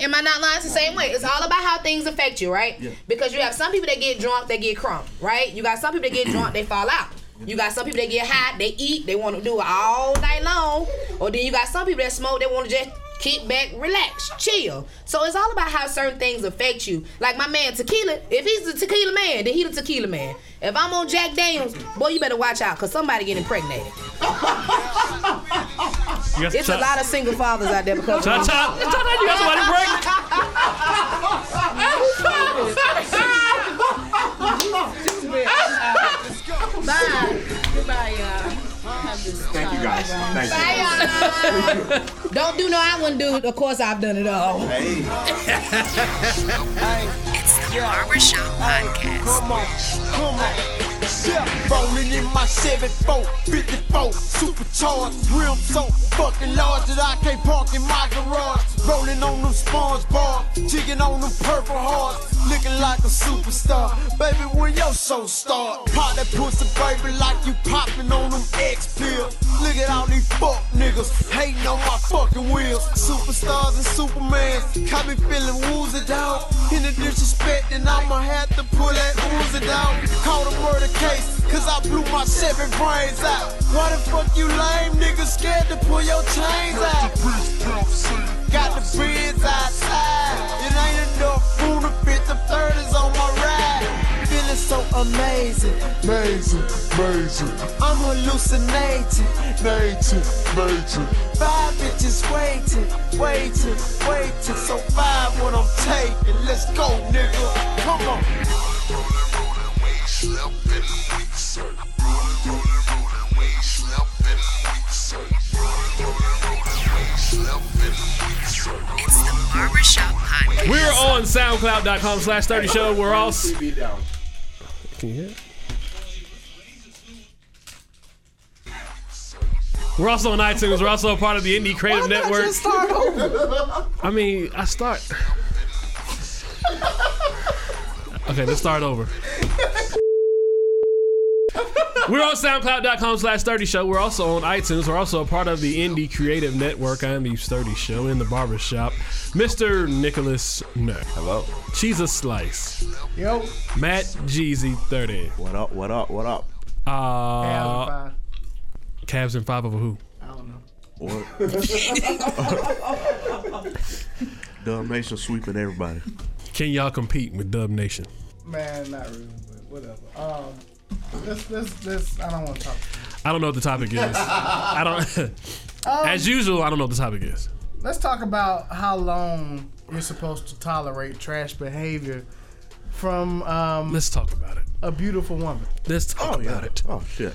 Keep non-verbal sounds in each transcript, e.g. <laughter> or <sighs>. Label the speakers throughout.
Speaker 1: Am I not lying? It's the same way. It's all about how things affect you, right?
Speaker 2: Yeah.
Speaker 1: Because you have some people that get drunk, they get crunk, right? You got some people that get drunk, they fall out. You got some people that get high, they eat, they want to do it all night long. Or then you got some people that smoke, they want to just kick back, relax, chill. So it's all about how certain things affect you. Like my man Tequila, if he's the tequila man, then he the tequila man. If I'm on Jack Daniels, boy, you better watch out, cause somebody getting impregnated.
Speaker 3: You got
Speaker 1: It's a lot of single fathers out there
Speaker 3: <laughs>
Speaker 1: because of
Speaker 3: Cha cha, cha cha, you got somebody pregnant.
Speaker 4: Bye. Goodbye, y'all. Have this
Speaker 2: Thank you
Speaker 4: time.
Speaker 2: guys. Thank you.
Speaker 1: Hey, uh, Don't do no I wouldn't do. Of course I've done it all.
Speaker 2: Hey.
Speaker 5: It's the Barbershop Podcast.
Speaker 6: Come on, come on. Yeah, rolling in my 74, 54, supercharged, rims so fucking large that I can't park in my garage. Rolling on them sponge bars, jigging on them purple hearts, looking like a superstar. Baby, when your show start, pop that pussy, baby, like you popping on them X pills. Look at all these fuck niggas hating on my fucking wheels. Superstars and Supermans, got me feeling woozy down. In the disrespect, and I'ma have to pull that Uzi down. Call the murder case, cause I blew my seven brains out. Why the fuck you lame niggas scared to pull your chains out? Got the beers outside. It ain't enough food to fit the 30s on my ride. Feeling so amazing, amazing, amazing. I'm hallucinating, nature, nature. Five bitches waiting, waiting, waiting. So five what I'm taking. Let's go, nigga. Come on.
Speaker 5: It's the Barbershop Podcast.
Speaker 3: We're on SoundCloud.com slash 30 show. We're all. s-
Speaker 2: Beat down.
Speaker 3: Can you hear it? We're also on iTunes. We're also a part of the Indie Creative Network.
Speaker 7: <laughs>
Speaker 3: I mean, I start. Okay, let's start over. We're on SoundCloud.com slash 30 Show. We're also on iTunes. We're also a part of the Indie Creative Network. I am the 30 Show in the barbershop. Mr. Nicholas Nurk.
Speaker 8: Hello.
Speaker 3: Cheese a Slice.
Speaker 8: Yo.
Speaker 3: Matt Jeezy 30.
Speaker 8: What up? What up? What up?
Speaker 3: Uh, Cavs and five over who?
Speaker 8: What? Dalmatian sweeping everybody.
Speaker 3: Can y'all compete with Dub Nation?
Speaker 9: Man, not really, but whatever. Um, let's, let's, let's, I don't want to talk.
Speaker 3: I don't know what the topic is. I don't. <laughs> as usual, I don't know what the topic is.
Speaker 9: Let's talk about how long you're supposed to tolerate trash behavior from um,
Speaker 3: Let's talk about it.
Speaker 9: a beautiful woman.
Speaker 3: Let's talk about it.
Speaker 8: Oh shit.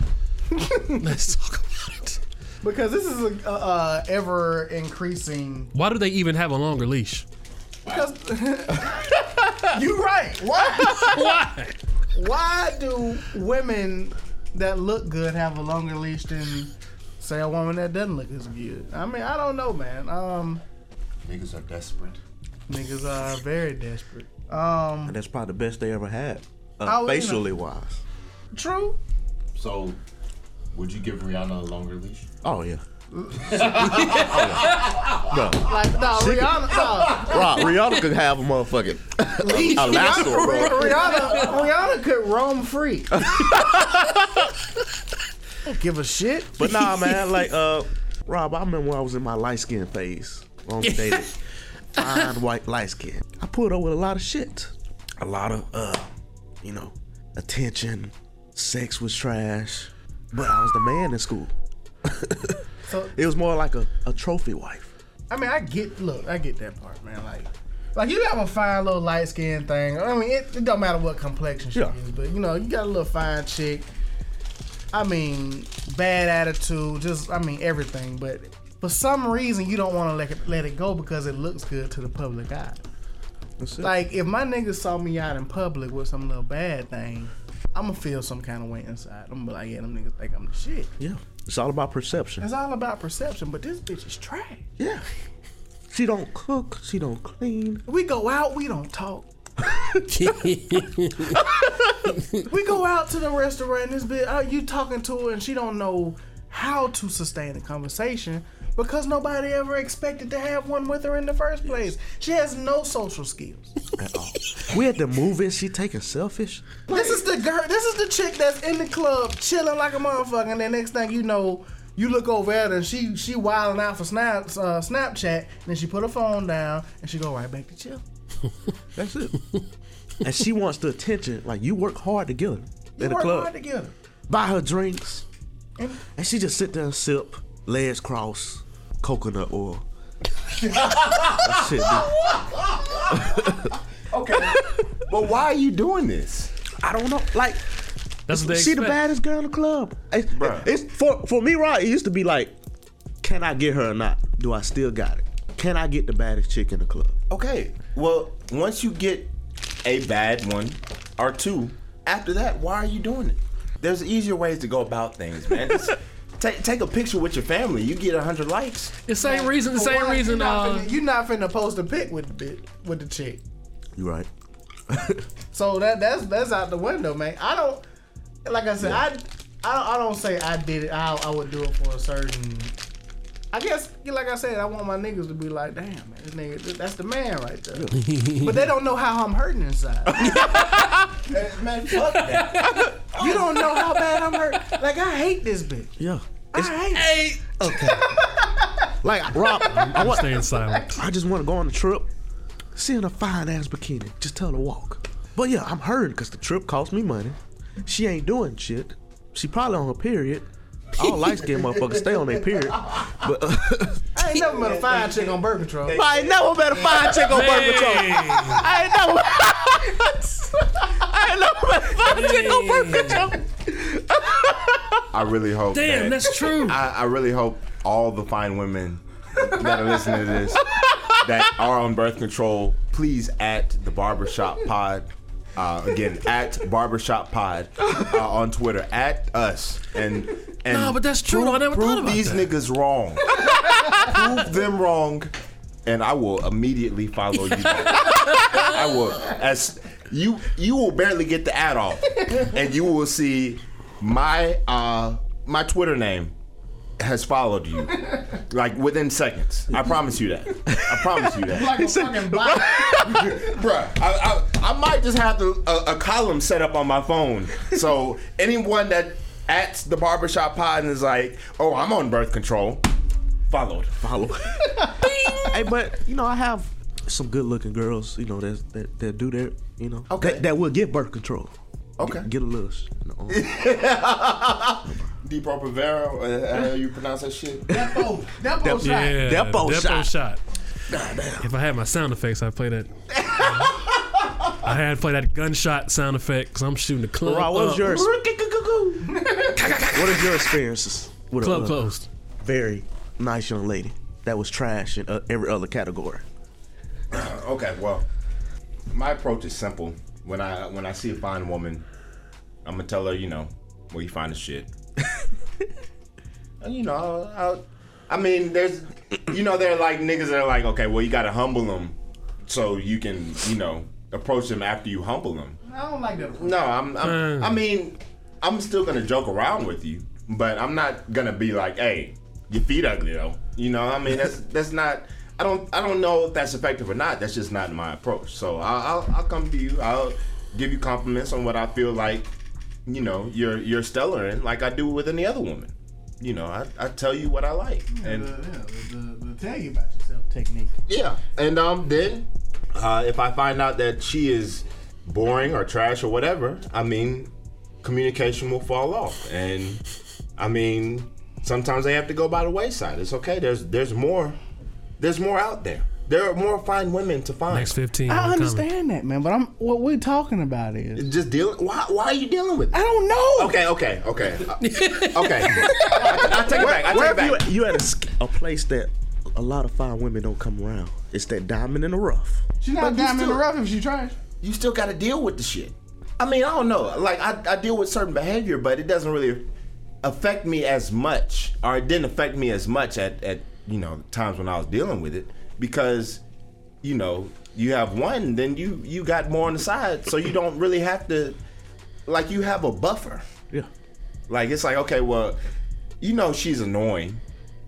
Speaker 3: Let's talk about it.
Speaker 9: Because this is a, a, a ever increasing.
Speaker 3: Why do they even have a longer leash?
Speaker 9: Because <laughs> you right. Why?
Speaker 3: Why?
Speaker 9: Why do women that look good have a longer leash than say a woman that doesn't look as good? I mean, I don't know, man. Um,
Speaker 2: Niggas are desperate.
Speaker 9: niggas are very desperate. Um,
Speaker 8: And that's probably the best they ever had, uh,
Speaker 9: Oh, you know.
Speaker 8: facially wise.
Speaker 9: true.
Speaker 2: So, would you give Rihanna a longer leash?
Speaker 8: Oh yeah.
Speaker 9: Like no, Rihanna.
Speaker 8: <laughs>
Speaker 9: No.
Speaker 8: Rob, Rihanna could have a motherfucking <laughs> a lasso, bro.
Speaker 9: Rihanna, Rihanna could roam free. Don't give a shit.
Speaker 8: But nah, man, like uh, Rob, I remember when I was in my light skin phase, on dated, fine white light skin. I pulled up with a lot of shit, a lot of uh, you know, attention. Sex was trash, but I was the man in school.
Speaker 9: So
Speaker 8: It was more like a, a trophy wife.
Speaker 9: I mean, I get look, I get that part, man. Like, like you have a fine little light skin thing. I mean, it, it don't matter what complexion she
Speaker 8: Yeah.
Speaker 9: is, but you know, you got a little fine chick. I mean, bad attitude, just I mean everything. But for some reason, you don't want to let it, let it go because it looks good to the public eye.
Speaker 8: That's it.
Speaker 9: Like if my niggas saw me out in public with some little bad thing, I'ma feel some kind of way inside. I'm gonna be like, yeah, them niggas think I'm the shit.
Speaker 8: yeah, it's all about perception.
Speaker 9: It's all about perception, but this bitch is trash.
Speaker 8: Yeah, she don't cook, she don't clean.
Speaker 9: We go out, we don't talk. we go out to the oh, restaurant and this bitch, uh, you talking to her and she don't know how to sustain a conversation Because nobody ever expected to have one with her in the first place. She has no social skills.
Speaker 8: at all. We at the movie. She taking selfish.
Speaker 9: This is the girl. This is the chick that's in the club chilling like a motherfucker, and the next thing you know, you look over at her and she she wilding out for snap uh, Snapchat, and then she put her phone down and she go right back to chill.
Speaker 8: That's <laughs> it. and she wants the attention. Like you work hard together
Speaker 9: They
Speaker 8: at the
Speaker 9: work
Speaker 8: club.
Speaker 9: hard together.
Speaker 8: Buy her drinks, and she just sit there and sip, legs crossed, coconut oil. <laughs> That shit, dude.
Speaker 10: Okay. but why are you doing this?
Speaker 8: I don't know. Like
Speaker 3: That's what they
Speaker 8: she the
Speaker 3: expect.
Speaker 8: baddest girl in the club. It-
Speaker 10: Bruh.
Speaker 8: it's for for me, right? It used to be like, can I get her or not? Do I still got it? Can I get the baddest chick in the club?
Speaker 10: Okay. Well, once you get a bad one or two, after that, why are you doing it? There's easier ways to go about things, man. <laughs> Just take take a picture with your family. You get hundred likes.
Speaker 3: The same reason. The
Speaker 9: For
Speaker 3: same
Speaker 9: one,
Speaker 3: reason.
Speaker 9: You not,
Speaker 3: Uh,
Speaker 9: finna, you not finna post a pic with the bit with the chick.
Speaker 8: You right?
Speaker 9: So that that's that's out the window, man. I don't like I said, I, I don't I don't say I did it. I I would do it for a certain. I guess like I said, I want my niggas to be like, damn, man, this nigga, th- that's the man right there.
Speaker 10: <laughs>
Speaker 9: but they don't know how I'm hurting inside.
Speaker 10: Man, fuck that.
Speaker 9: you don't know how bad I'm hurt. Like I hate this bitch.
Speaker 8: Yeah.
Speaker 9: I hate. it.
Speaker 8: <laughs> Like Rob, I want.
Speaker 3: staying silent.
Speaker 8: I just want to go on a trip, see her in a fine ass bikini. Just tell her to walk. But yeah, I'm hurting because the trip cost me money. She ain't doing shit. She probably on her period. All light skinned motherfuckers stay on their period. But uh,
Speaker 9: I ain't never met a fine chick on birth control.
Speaker 8: I ain't never met a fine chick on birth control.
Speaker 3: Hey,
Speaker 8: I ain't never. I ain't never met a fine chick on birth control.
Speaker 10: I really hope.
Speaker 3: damn,
Speaker 10: that-
Speaker 3: that's true.
Speaker 10: I, I really hope all the fine women that are listening to this that are on birth control, please at the barbershop pod. Uh, again, at barbershop pod uh, on Twitter, at us and and.
Speaker 3: Nah, but that's true.
Speaker 10: Prove,
Speaker 3: I never
Speaker 10: prove
Speaker 3: thought about
Speaker 10: these
Speaker 3: that.
Speaker 10: niggas wrong. prove them wrong, and I will immediately follow you. back. I will as you you will barely get the ad off, and you will see my uh my Twitter name has followed you like within seconds. I promise you that. I promise you that,
Speaker 9: Like a fucking bot.
Speaker 10: Bruh, I, I, I might just have to, uh, a, a column set up on my phone. So anyone that at the barbershop pod and is like, "Oh, I'm on birth control," followed.
Speaker 8: Follow. hey, but you know I have some good looking girls. You know that that, that do that. You know
Speaker 10: Okay.
Speaker 8: that, that will get birth control.
Speaker 10: Okay.
Speaker 8: Get a little. sh- You know,
Speaker 10: Depo Provera, uh, how you pronounce that shit?
Speaker 9: Depo, depo shot.
Speaker 3: Yeah,
Speaker 8: Depo
Speaker 3: Depo
Speaker 8: shot.
Speaker 3: shot. If I had my sound effects, I'd play that. I had to play that gunshot sound effect because I'm shooting the club.
Speaker 8: Rob, Uh, <laughs> what
Speaker 3: up.
Speaker 8: was yours? what is your experiences with
Speaker 3: Club
Speaker 8: a uh,
Speaker 3: closed.
Speaker 8: very nice young lady that was trash in uh, every other category?
Speaker 10: <laughs> Okay, well, my approach is simple. When I when I see a fine woman, I'm gonna tell her, you know, where you find the <laughs> shit. and you know, I'll, I'll, I mean, there's, you know, there are like niggas that are like, okay, well, you gotta humble them, so you can, you know, approach them after you humble them.
Speaker 9: I don't like that.
Speaker 10: No, I'm, I'm I mean, I'm still gonna joke around with you, but I'm not gonna be like, hey, your feet ugly though. You know, I mean, that's that's not. I don't I don't know if that's effective or not. That's just not my approach. So I'll I'll, I'll come to you. I'll give you compliments on what I feel like. You know, you're you're stellar in, like I do with any other woman. You know, I, I tell you what I like, and
Speaker 9: the, the, the tell you about yourself technique.
Speaker 10: yeah, and um, then uh, if I find out that she is boring or trash or whatever, I mean, communication will fall off, and I mean, sometimes they have to go by the wayside. It's okay. There's there's more, there's more out there. There are more fine women to find.
Speaker 3: Next 15.
Speaker 9: I
Speaker 3: I'm coming.
Speaker 9: understand that, man, but I'm what we're talking about is Oh,
Speaker 10: Just dealing. Why, why are you dealing
Speaker 9: <laughs>
Speaker 10: with?
Speaker 9: I
Speaker 10: That?
Speaker 9: don't know.
Speaker 10: Okay, okay, okay, Uh, okay. I, I take it back. I take it back.
Speaker 8: You at, you at a, sk- a place that a lot of fine women don't come around. It's that diamond in the rough.
Speaker 9: She's
Speaker 10: But
Speaker 9: not
Speaker 10: you
Speaker 9: diamond in the
Speaker 10: still-
Speaker 9: rough if she trash.
Speaker 10: you still got to deal with the shit. I mean, I don't know. Like, I, I deal with certain behavior, but it doesn't really affect me as much, or it didn't affect me as much at, at you know times when I was dealing with it because you know you have one, then you you got more on the side, so you don't really have to like you have a buffer.
Speaker 8: Yeah.
Speaker 10: Like it's like okay, well, you know she's annoying,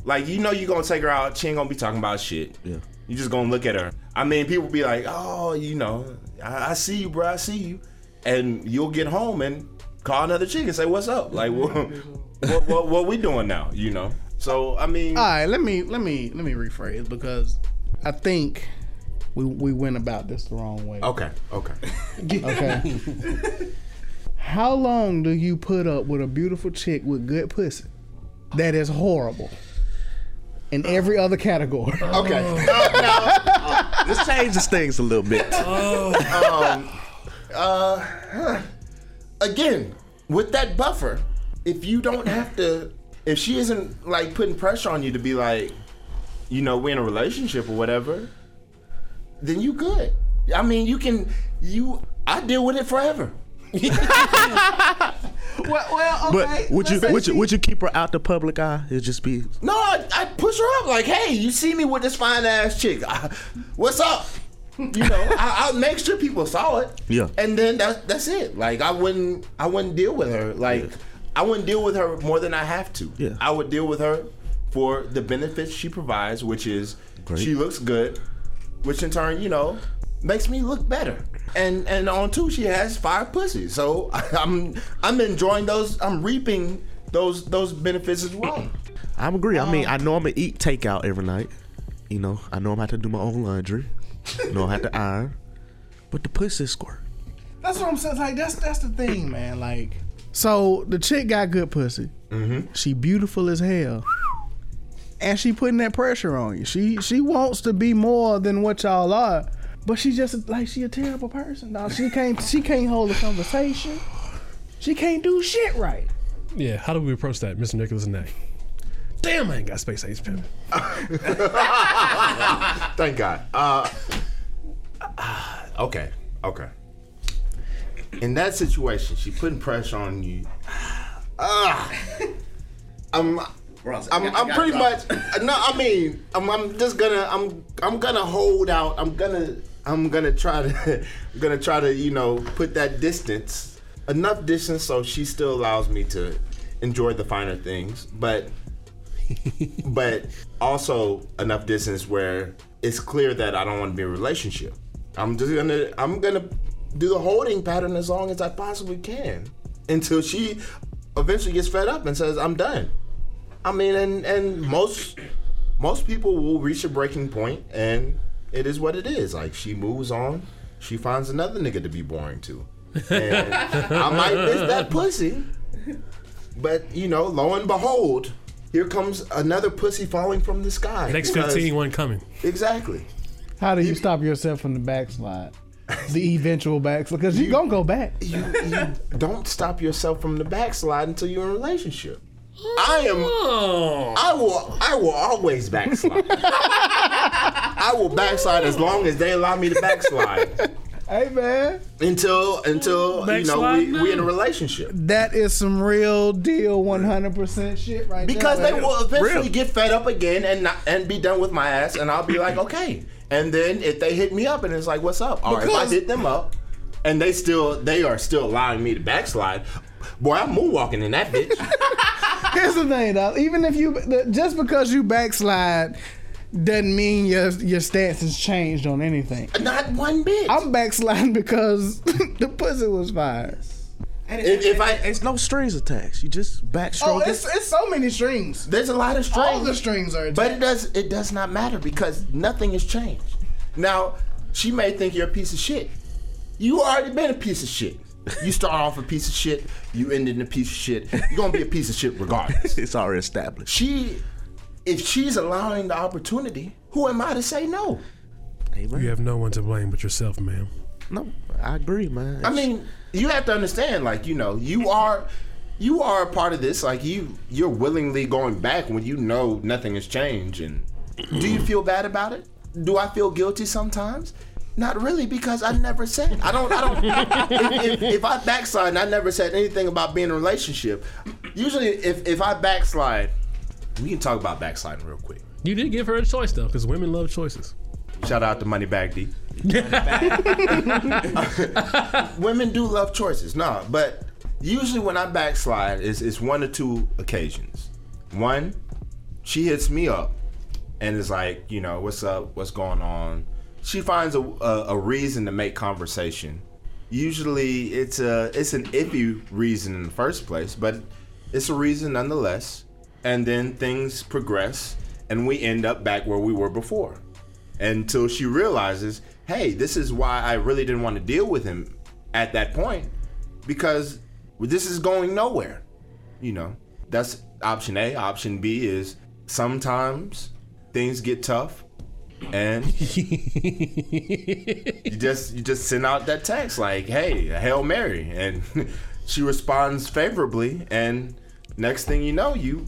Speaker 10: Like you know you gonna take her out, she ain't gonna be talking about shit.
Speaker 8: Yeah.
Speaker 10: You just gonna look at her. I mean, people be like, oh, you know, I, I see you, bro, I see you, and you'll get home and call another chick and say, what's up? Like, what, what, what, what we doing now? You know. So I mean,
Speaker 9: All right, let me let me let me rephrase because I think we we went about this the wrong way.
Speaker 10: okay, okay.
Speaker 9: Okay. <laughs> How long do you put up with a beautiful chick with good pussy that is horrible in every other <laughs> category?
Speaker 10: Okay.
Speaker 8: This changes things a little
Speaker 10: <laughs>
Speaker 8: bit.
Speaker 10: Again, with that buffer, if you don't have to, if she isn't like putting pressure on you to be like, you know, we're in a relationship or whatever, then you good. I mean, you can, you, I deal with it forever.
Speaker 9: well, well,
Speaker 8: But
Speaker 9: okay.
Speaker 8: would you
Speaker 9: let's say
Speaker 8: would you
Speaker 9: she-
Speaker 8: would you keep her out the public eye? It'd just be
Speaker 10: No, I, I push her up like, hey, you see me with this fine ass chick. I- what's up?
Speaker 8: <laughs>
Speaker 10: You know, I, I'll make sure people saw it.
Speaker 8: Yeah.
Speaker 10: And then that, that's it. Like I wouldn't I wouldn't deal with her. Like I wouldn't deal with her more than I have to.
Speaker 8: Yeah.
Speaker 10: I would deal with her for the benefits she provides, which is
Speaker 8: Great.
Speaker 10: she looks good, which in turn, you know, makes me look better. And and on two, she has five pussies. So <laughs> I'm I'm enjoying those. I'm reaping those those benefits as well.
Speaker 8: I agree. I
Speaker 10: Uh-huh.
Speaker 8: mean, I know I'm gonna eat takeout every night. You know, I know I'm gonna have to do my own laundry. You know I have to iron. But the pussy squirt.
Speaker 9: That's what I'm saying. Like that's that's the thing, man. Like, so the chick got good pussy. She beautiful as hell, and she putting that pressure on you. She she wants to be more than what y'all are, but she just like she a terrible person. Dog. She can't she can't hold a conversation. She can't do shit right.
Speaker 3: Yeah, how do we approach that, Mr. Nicholas Nay? Damn, I ain't got space age pimp.
Speaker 10: Thank God. Uh, <sighs> okay, okay. In that situation, she putting pressure on you. Ah, I'm, I'm, I'm pretty much. No, I mean, I'm, I'm just gonna, I'm, I'm gonna hold out. I'm gonna, I'm gonna try to, <laughs> I'm gonna try to, you know, put that distance, enough distance, so she still allows me to enjoy the finer things, but but also enough distance where it's clear that I don't want to be in a relationship. I'm just gonna I'm gonna do the holding pattern as long as I possibly can until she eventually gets fed up and says I'm done. I mean, and and most most people will reach a breaking point, and it is what it is. Like she moves on, she finds another nigga to be boring to. And I might miss that pussy, but you know, lo and behold, here comes another pussy falling from the sky.
Speaker 3: Next
Speaker 10: Because-
Speaker 3: 15, one coming.
Speaker 10: Exactly.
Speaker 9: How do you stop yourself from the backslide? The <laughs> eventual backslide, because you gonna go back.
Speaker 10: You, you don't stop yourself from the backslide until you're in a relationship. I am
Speaker 3: Oh.
Speaker 10: I will I will always backslide. <laughs> I will backslide as long as they allow me to backslide.
Speaker 9: Hey man,
Speaker 10: Until until you know
Speaker 3: Backslide
Speaker 10: we
Speaker 3: now.
Speaker 10: we in a relationship.
Speaker 9: that is some real deal, one hundred percent shit right
Speaker 10: Because
Speaker 9: there.
Speaker 10: they will eventually
Speaker 8: Real.
Speaker 10: get fed up again and not, and be done with my ass and I'll be like, okay. And then if they hit me up and it's like, what's up? Or if I
Speaker 9: Because-
Speaker 10: hit them up and they still they are still allowing me to backslide, boy, I'm moonwalking in
Speaker 9: <laughs>
Speaker 10: that bitch.
Speaker 9: Here's the thing, though. Even if you the- just because you backslide doesn't mean your your stance has changed on anything.
Speaker 10: not one bit.
Speaker 9: I'm backsliding because <laughs> the pussy was fine.
Speaker 10: if, if I
Speaker 8: It's no strings attached. You just
Speaker 9: Oh,
Speaker 8: backstroke.
Speaker 9: it's it's so many strings.
Speaker 10: there's a lot of strings.
Speaker 9: All the strings are.
Speaker 10: But it does it does not matter because nothing has changed. Now, she may think you're a piece of shit. You already been a piece of shit. You start off a piece of shit, you end in a piece of shit. You're gonna be a piece of shit regardless.
Speaker 8: it. <laughs> It's already established.
Speaker 10: She if she's allowing the opportunity, who am I to say no?
Speaker 8: Amen.
Speaker 3: You have no one to blame but yourself, ma'am.
Speaker 8: No, I agree, man.
Speaker 10: I mean, you have to understand, like, you know, you are you are a part of this. Like you you're willingly going back when you know nothing has changed and do you feel bad about it? Do I feel guilty sometimes? Not really, because I never said I don't. I don't. <laughs> if, if, if I backslide, and I never said anything about being in a relationship. Usually, if if I backslide, we can talk about backsliding real quick.
Speaker 3: You did give her a choice, though, because women love choices.
Speaker 10: Shout out to Moneybag D. <laughs> Women do love choices, nah. But usually when I backslide, it's, it's one or two occasions. One, she hits me up and is like, you know, what's up? What's going on? She finds a, a, a reason to make conversation. Usually, it's a it's an iffy reason in the first place, but it's a reason nonetheless. And then things progress, and we end up back where we were before, until she realizes, hey, this is why I really didn't want to deal with him at that point, because this is going nowhere you know, that's option A. Option B is sometimes things get tough, <laughs> and you just you just send out that text like, "Hey, hail Mary," and <laughs> she responds favorably, and next thing you know, you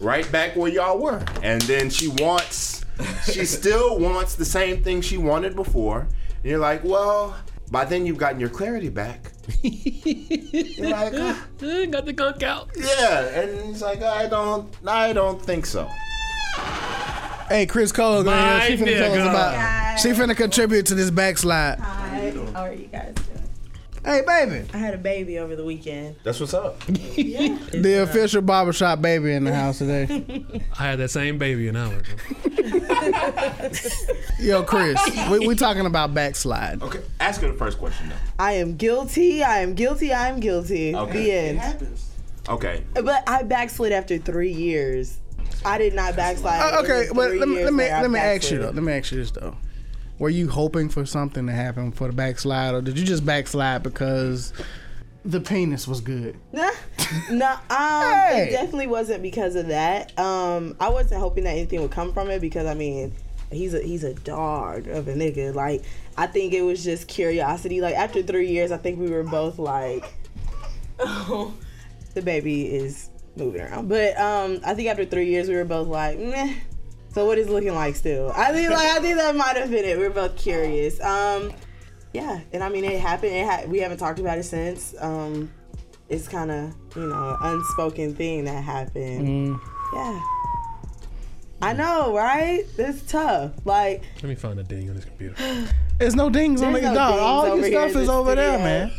Speaker 10: right back where y'all were, and then she wants, <laughs> she still wants the same thing she wanted before, and you're like, "Well." By then you've gotten your clarity back. You're like, "Ah,
Speaker 3: Eh, Got the gunk out.
Speaker 10: yeah, and he's like, I don't, I don't think so.
Speaker 9: Hey, Chris Cole, man.
Speaker 3: My
Speaker 9: She finna tell us
Speaker 3: nigga.
Speaker 9: about. She finna contribute to this backslide.
Speaker 11: Hi. How are you guys doing?
Speaker 9: Hey, baby.
Speaker 11: I had a baby over the weekend.
Speaker 10: That's what's up.
Speaker 9: The official barbershop baby in the
Speaker 11: <laughs>
Speaker 9: house today.
Speaker 3: I had that same baby an hour ago.
Speaker 9: Yo, Chris, we, we talking about backslide.
Speaker 10: Okay, ask her the first question though.
Speaker 12: I am guilty. I am guilty. I am guilty.
Speaker 10: Okay.
Speaker 12: The end.
Speaker 10: Okay,
Speaker 12: But I backslid after three years. I did not backslide.
Speaker 9: Uh,
Speaker 12: It
Speaker 9: okay,
Speaker 12: was
Speaker 9: but
Speaker 12: three
Speaker 9: let me
Speaker 12: years
Speaker 9: let me,
Speaker 12: that I
Speaker 9: let me ask you
Speaker 12: backslid.
Speaker 9: though. Let me ask you this though. Were you hoping for something to happen for the backslide, or did you just backslide because
Speaker 13: The penis was good.
Speaker 12: <laughs> Nah, no, um,
Speaker 9: Hey.
Speaker 12: it definitely wasn't because of that. Um, I wasn't hoping that anything would come from it because I mean, he's a he's a dog of a nigga. Like I think it was just curiosity. Like after three years, I think we were both like, oh, the baby is moving around. But um, I think after three years, we were both like, meh. So what is it looking like still? I think like I think that might have been it. We are both curious. Um, yeah, and I mean it happened. It ha- we haven't talked about it since. Um, it's kind of you know an unspoken thing that
Speaker 9: Mm.
Speaker 12: happened. Yeah, I know, right? It's tough. Like
Speaker 3: Let me find a ding on this computer.
Speaker 9: there's no dings on
Speaker 12: There's
Speaker 9: your
Speaker 12: no
Speaker 9: dog?
Speaker 12: dings
Speaker 9: All
Speaker 12: over
Speaker 9: your
Speaker 12: here in
Speaker 9: stuff is
Speaker 12: the
Speaker 9: over there,
Speaker 12: studio.
Speaker 9: man.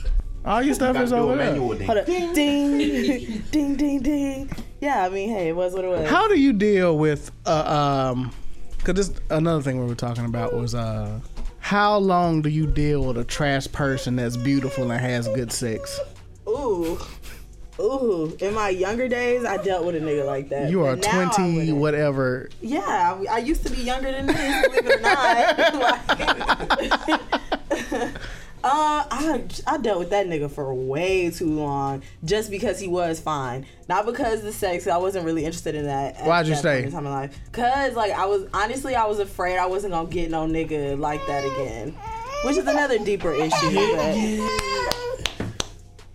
Speaker 9: All your stuff
Speaker 10: gotta
Speaker 9: is
Speaker 10: do a
Speaker 9: over there.
Speaker 10: manual thing.
Speaker 12: hold up, ding, <laughs> ding, ding, ding, Yeah, I mean, hey, it was what it was.
Speaker 9: How do you deal with uh, um? Cause this another thing we were talking about was uh, how long do you deal with a trash person that's beautiful and has good sex?
Speaker 12: Ooh. Ooh, in my younger days, I dealt with a nigga like that.
Speaker 9: You are
Speaker 12: But now I
Speaker 9: twenty,
Speaker 12: wouldn't.
Speaker 9: whatever.
Speaker 12: Yeah, I, I used to be younger than this, believe it or not. <laughs> Like, uh, I, I dealt with that nigga for way too long just because he was fine. Not because the sex, I wasn't really interested in that. at
Speaker 9: Why'd you
Speaker 12: that
Speaker 9: stay?
Speaker 12: point in Time in life. Cause like I was honestly I was afraid I wasn't gonna get no nigga like that again. Which is another deeper issue. But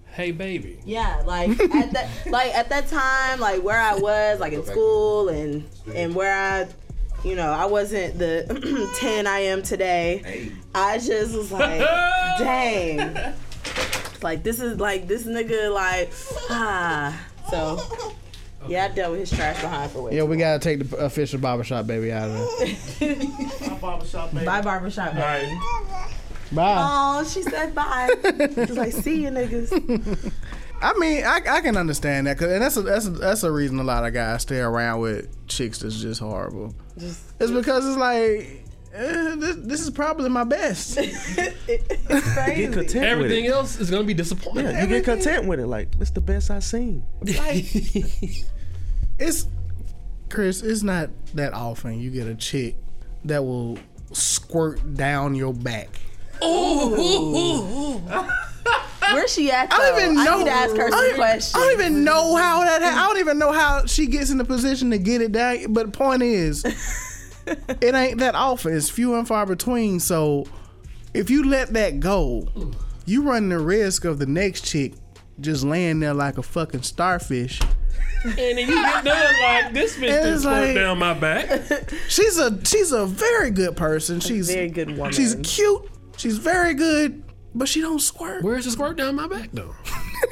Speaker 3: Hey, baby.
Speaker 12: yeah, like
Speaker 9: <laughs>
Speaker 12: at that like at that time, like where I was, like in school and and where I you know, I wasn't the <clears throat> 10 I am today. I just was like, dang. Like this is like this nigga like ah. So yeah, I dealt with his trash behind for
Speaker 9: Yeah,
Speaker 12: way.
Speaker 9: we gotta take the official barbershop baby out of there.
Speaker 12: Bye barbershop. Bye.
Speaker 9: Bye.
Speaker 12: Oh, she said bye. She's like, see you
Speaker 9: <laughs>
Speaker 12: niggas.
Speaker 9: I mean, I, I can understand that, 'cause- and that's a, that's a, that's a reason a lot of guys stay around with chicks that's just horrible. it's because it's like eh, this, this is probably my best.
Speaker 12: It's
Speaker 8: Get
Speaker 12: crazy.
Speaker 8: content
Speaker 3: Everything
Speaker 8: with
Speaker 3: else is gonna be disappointing.
Speaker 8: it. You get content with it. Like it's the best I've seen.
Speaker 9: It's Chris. It's not that often you get a chick that will squirt down your back.
Speaker 12: Where's she at? Though?
Speaker 9: I don't even know.
Speaker 12: I need to ask her
Speaker 9: I
Speaker 12: some
Speaker 9: don't,
Speaker 12: questions.
Speaker 9: I don't even know how that. Ha- I don't even know how she gets in the position to get it down. But point
Speaker 12: <laughs>
Speaker 9: is, it ain't that often. It's few and far between. So if you let that go, you run the risk of the next chick just laying there like a fucking starfish.
Speaker 3: And then <laughs> you get done like this bitch
Speaker 9: It's
Speaker 3: just like,
Speaker 9: like-
Speaker 3: down my back.
Speaker 9: She's a she's a very good person. She's
Speaker 12: Very good woman.
Speaker 9: She's cute. She's very good, but she don't squirt.
Speaker 3: Where's the squirt down my back though?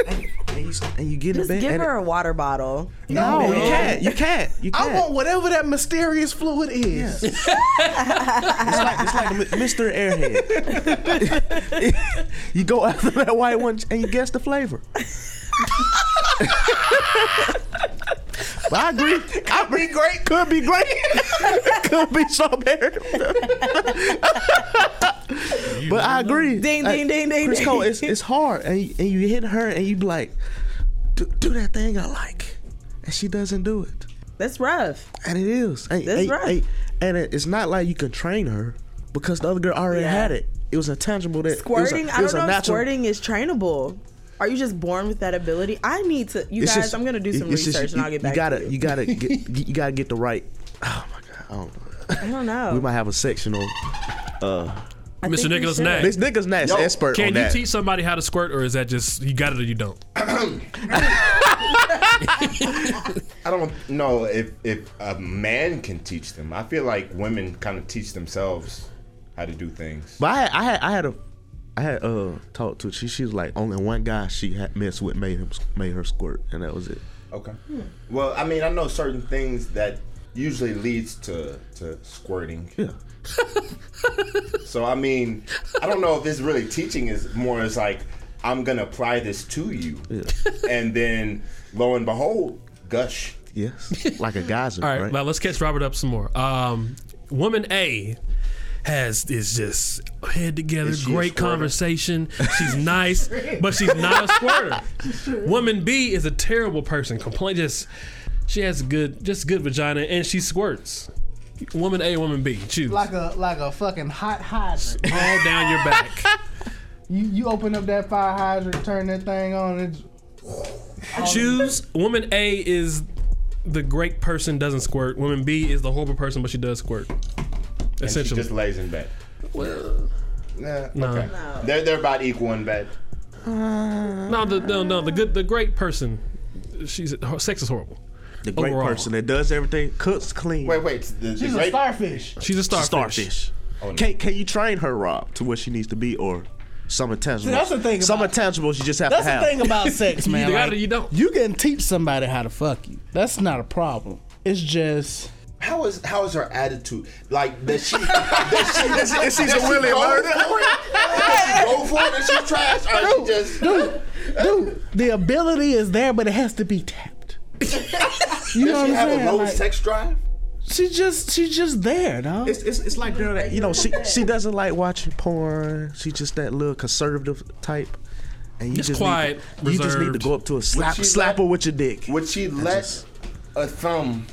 Speaker 8: And you, and you get
Speaker 12: Just
Speaker 8: it back.
Speaker 12: give
Speaker 8: and
Speaker 12: her a water bottle.
Speaker 8: it, no, you can't. You can't. You
Speaker 9: I
Speaker 8: can't.
Speaker 9: want whatever that mysterious fluid is.
Speaker 8: It's like it's like Mi- Mr. Airhead. <laughs> you go after that white one and you guess the flavor. <laughs> But I agree. I be great. Could be great. <laughs> Could be so better. but I agree.
Speaker 12: Mm-hmm. Ding, ding, ding, ding,
Speaker 8: Chris Cole,
Speaker 12: ding.
Speaker 8: it's, it's hard, and you, and you hit her, and you be like, do, do that thing I like, and she doesn't do it.
Speaker 12: That's rough.
Speaker 8: And it is. And,
Speaker 12: That's
Speaker 8: and-
Speaker 12: rough.
Speaker 8: and- and it- it's not like you can train her because the other girl already
Speaker 12: Yeah.
Speaker 8: had it. It was intangible. That
Speaker 12: Squirting,
Speaker 8: It was a,
Speaker 12: I
Speaker 8: it
Speaker 12: I
Speaker 8: was
Speaker 12: don't
Speaker 8: a
Speaker 12: know if
Speaker 8: natural-
Speaker 12: squirting is trainable. Are you just born with that ability? I need to. You
Speaker 8: It's
Speaker 12: guys,
Speaker 8: just-
Speaker 12: I'm gonna do some
Speaker 8: it's
Speaker 12: research
Speaker 8: just
Speaker 12: and I'll get back.
Speaker 8: You gotta,
Speaker 12: to
Speaker 8: you.
Speaker 12: you.
Speaker 8: gotta,
Speaker 12: <laughs>
Speaker 8: get, you gotta get the right. Oh my god, I don't know.
Speaker 12: I don't know.
Speaker 8: We might have a section on. Uh,
Speaker 3: I Mr. think we Nicholas should. Nash.
Speaker 8: Mr. Nicholas Nash, expert
Speaker 3: Can
Speaker 8: on
Speaker 3: you
Speaker 8: that.
Speaker 3: teach somebody how to squirt, or is that just you got it or you don't?
Speaker 10: I don't know if if a man can teach them. I feel like women kind of teach themselves how to do things.
Speaker 8: but I, had- I had, I had a, I had uh talked to. She, she was like only one guy she had messed with made him made her squirt, and that was it.
Speaker 10: Okay. Well, I mean, I know certain things that usually leads to to squirting.
Speaker 8: Yeah.
Speaker 10: so I mean, I don't know if it's really teaching. Is more is like I'm gonna apply this to you, and then lo and behold, gush.
Speaker 3: <laughs>
Speaker 8: Yes, like a geyser.
Speaker 3: All right, now let's catch Robert up some more. Um, woman A has is just head together,
Speaker 7: Is she a
Speaker 3: great
Speaker 7: squirter? <laughs>
Speaker 3: conversation. She's nice, but she's not a squirter. Woman B is a terrible person. Complain just she has good just good vagina and she squirts. Woman A, woman B, choose
Speaker 9: Like a like a fucking hot hydrant.
Speaker 3: all down your back.
Speaker 9: You you open up that fire hydrant, turn that thing on, and
Speaker 3: Choose woman A is the great person doesn't squirt. Woman B is the horrible person, but she does squirt.
Speaker 10: And she
Speaker 3: Essentially,
Speaker 10: just lays in bed.
Speaker 3: Well,
Speaker 10: Nah,
Speaker 3: No.
Speaker 10: okay. They're they're about equal in bed.
Speaker 3: no, the, no, no. The good, the great person. She's her sex is horrible.
Speaker 8: The great
Speaker 3: Overall.
Speaker 8: person that does everything, cooks clean.
Speaker 10: Wait, wait. The,
Speaker 9: she's a starfish.
Speaker 3: She's a starfish.
Speaker 8: starfish.
Speaker 3: Oh,
Speaker 8: Can, can you train her, Rob, to where she needs to be, or some intangible?
Speaker 14: See, that's the thing
Speaker 8: Some intangibles you just have
Speaker 14: That's the
Speaker 8: to have.
Speaker 14: thing about sex, man. like,
Speaker 3: don't.
Speaker 14: You can teach somebody how to fuck you. That's not a problem. It's just
Speaker 10: How is how is her attitude? Like does
Speaker 14: <laughs>
Speaker 10: she? Does she
Speaker 14: Is- is she
Speaker 10: does
Speaker 14: a willing
Speaker 10: go
Speaker 14: learner?
Speaker 10: for it? Does she go for it? Is she trash? Or she just
Speaker 14: dude, dude. The ability is there, but it has to be tapped. You
Speaker 10: does
Speaker 14: know what
Speaker 10: she
Speaker 14: I'm
Speaker 10: have
Speaker 14: saying?
Speaker 10: a low
Speaker 14: Like-
Speaker 10: sex drive?
Speaker 14: She just, she just there, dog.
Speaker 8: It's, it's, it's like girl that you know she she doesn't like watching porn. She just that little conservative type, and you
Speaker 3: Just
Speaker 8: just,
Speaker 3: quiet,
Speaker 8: need to, you just need to
Speaker 3: reserved.
Speaker 8: go up to a slap
Speaker 10: she
Speaker 8: slap her with your dick.
Speaker 10: Would she let a thumb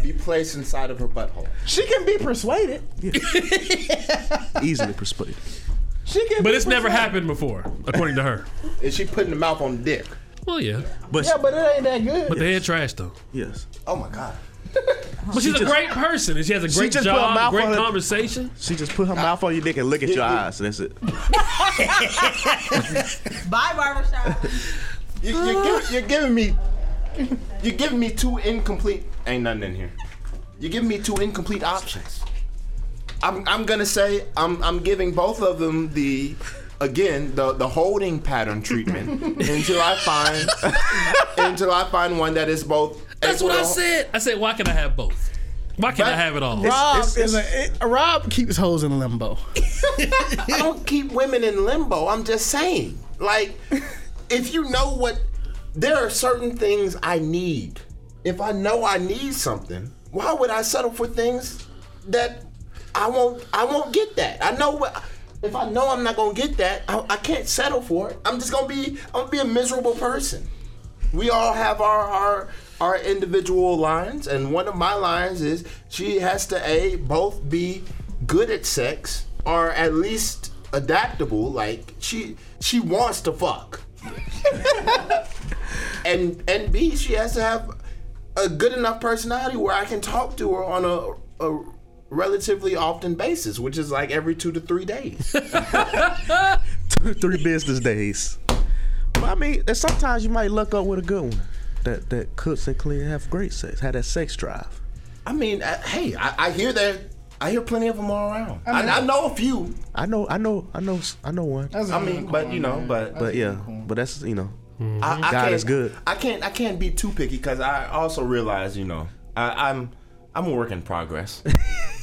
Speaker 10: be placed inside of her butthole?
Speaker 14: She can be persuaded.
Speaker 8: Easily persuaded.
Speaker 14: She can.
Speaker 3: But it's never happened before, according to her.
Speaker 10: Is she putting the mouth on dick?
Speaker 3: Well, yeah,
Speaker 8: But
Speaker 9: yeah, but it ain't that good.
Speaker 3: but they had trash though.
Speaker 8: Yes.
Speaker 10: Oh my god.
Speaker 3: But she's a great person, and she has a
Speaker 8: She
Speaker 3: great
Speaker 8: just put her mouth
Speaker 3: job, great
Speaker 8: on her-
Speaker 3: conversation.
Speaker 8: She just put her mouth on your dick and look at your eyes. And that's it.
Speaker 12: Bye, barbershop.
Speaker 10: You,
Speaker 3: Ah.
Speaker 10: you're, giving, you're giving me, you're giving me two incomplete. Ain't nothing in here. You're giving me two incomplete options. I'm, I'm gonna say I'm, I'm giving both of them the, again the the holding
Speaker 3: <laughs>
Speaker 10: pattern treatment until I find, until I find one that is both.
Speaker 3: That's what I
Speaker 10: equal-
Speaker 3: said. I said, why can I have both? Why can't I have it all?
Speaker 14: Rob is a, it- Rob keeps hoes in limbo.
Speaker 10: I don't keep women in limbo. I'm just saying. Like, if you know what, there are certain things I need. If I know I need something, why would I settle for things that I won't? I won't get that. I know what. If I know I'm not gonna get that, I, I can't settle for it. I'm just gonna be. I'm gonna be a miserable person. We all have our our our individual lines, and one of my lines is she has to a both be good at sex or at least adaptable. Like she she wants to fuck, <laughs> and and b she has to have a good enough personality where I can talk to her on a. a relatively often basis which is like every two to three days
Speaker 8: Two, three business days. But I mean, and sometimes you might luck up with a good one that that cooks and clean and have great sex, have that sex drive.
Speaker 10: i mean I, hey I, I hear that i hear plenty of them all around i, I know a few
Speaker 8: I know, I know, I know, I know one.
Speaker 9: That's a
Speaker 10: I mean, but you know, but
Speaker 8: But yeah, but that's you know,
Speaker 10: I, I
Speaker 8: God
Speaker 10: can't,
Speaker 8: is good.
Speaker 10: I can't I can't <laughs> be too picky because I also realize you know I, I'm I'm a work in progress.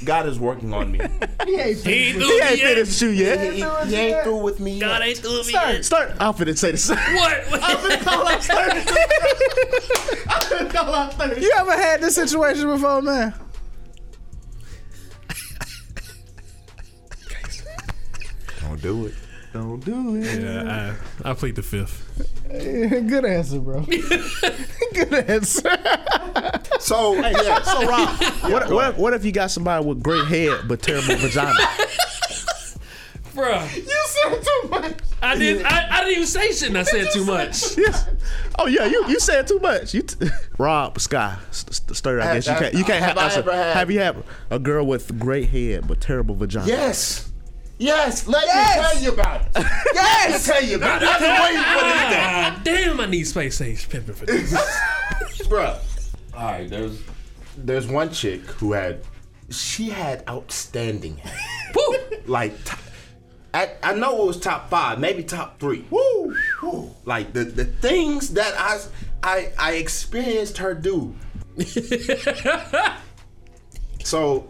Speaker 10: God is working
Speaker 9: <laughs>
Speaker 10: on me.
Speaker 9: He ain't
Speaker 10: He ain't
Speaker 8: He ain't finished you yet.
Speaker 10: He, he- he ain't through with me.
Speaker 8: God
Speaker 10: ain't through with
Speaker 8: Start, start. I'm finna say the same.
Speaker 3: What?
Speaker 9: I'm finna call out thirty. I'm finna call out thirty.
Speaker 14: You ever had this situation before, man?
Speaker 10: Don't do it. Don't
Speaker 14: do it.
Speaker 3: Yeah, Uh, I, I plead the fifth.
Speaker 9: <laughs>
Speaker 14: Good answer, bro. <laughs> Good answer.
Speaker 10: So,
Speaker 8: yeah,
Speaker 10: <laughs>
Speaker 8: so Rob, what,
Speaker 10: go
Speaker 8: what, what if you got somebody with great head but terrible vagina?
Speaker 3: Bruh.
Speaker 9: You said too much.
Speaker 3: I didn't. I, I didn't even say shit. and I said too much.
Speaker 8: Yes. Oh yeah, you, you said too much. You t- <laughs> Rob Sky st- st- stir. I
Speaker 10: Have-
Speaker 8: guess you can't. You can't have.
Speaker 10: have I
Speaker 8: answer.
Speaker 10: ever had-
Speaker 8: Have you had a girl with great head but terrible vagina?
Speaker 10: Yes. Yes. Let
Speaker 9: Yes.
Speaker 10: me tell you
Speaker 9: <laughs>
Speaker 10: about it.
Speaker 9: Yes.
Speaker 10: Let me tell you about it. I've been waiting for this <laughs> day.
Speaker 3: Ah, damn, I need space age pimping for this.
Speaker 10: Bruh. All right, there's there's one chick who had she had outstanding <laughs> hair.
Speaker 3: Woo!
Speaker 10: like t- I, I know it was top five, maybe top three. Woo! Woo. Like the the things that I s- I I experienced her <laughs> do. so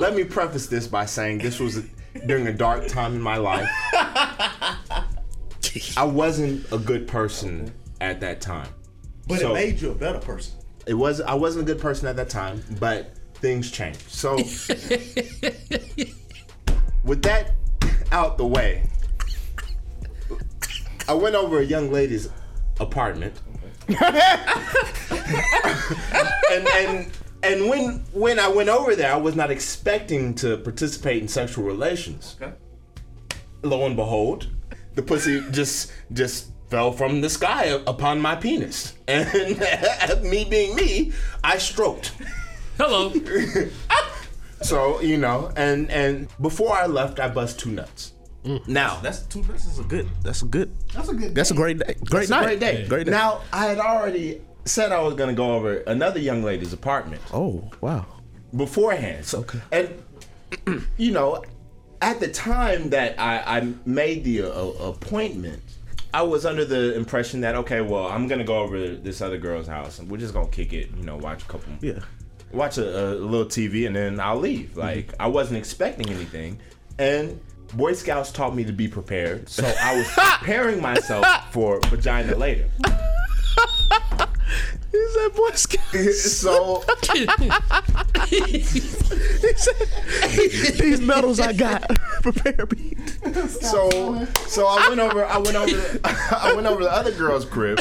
Speaker 10: let me preface this by saying this was during a dark time in my <laughs> life. I wasn't a good person at that time. So-
Speaker 8: you a better person.
Speaker 10: it was I wasn't a good person at that time, but things changed. So with that out the way, I went over a young lady's apartment. and and and when when I went over there, I was not expecting to participate in sexual relations. Lo and behold, the pussy just just fell from the sky upon my penis. <laughs> And me being me, I stroked.
Speaker 3: Hello.
Speaker 10: So, you know, and and before I left, I bust two nuts. Now,
Speaker 8: Mm. That's two. This is a good. That's a good.
Speaker 9: That's a good.
Speaker 8: That's a great day. Great
Speaker 10: It's
Speaker 8: night.
Speaker 10: a great day.
Speaker 8: Great day.
Speaker 10: Now, I had already said I was going to go over another young lady's apartment
Speaker 8: oh wow.
Speaker 10: beforehand. So, and <clears throat> you know, at the time that I, I made the uh, appointment, I was under the impression that okay, well, I'm gonna go over to this other girl's house and we're just gonna kick it. You know, watch a couple.
Speaker 8: Yeah.
Speaker 10: Watch a, a little TV and then I'll leave. Like I wasn't expecting anything, and Boy Scouts taught me to be prepared, so I was preparing myself for vagina later.
Speaker 8: He said Boy Scouts.
Speaker 10: So
Speaker 8: He said, These medals I got. Prepare me.
Speaker 10: So so I went over I went over I went over to the other girl's crib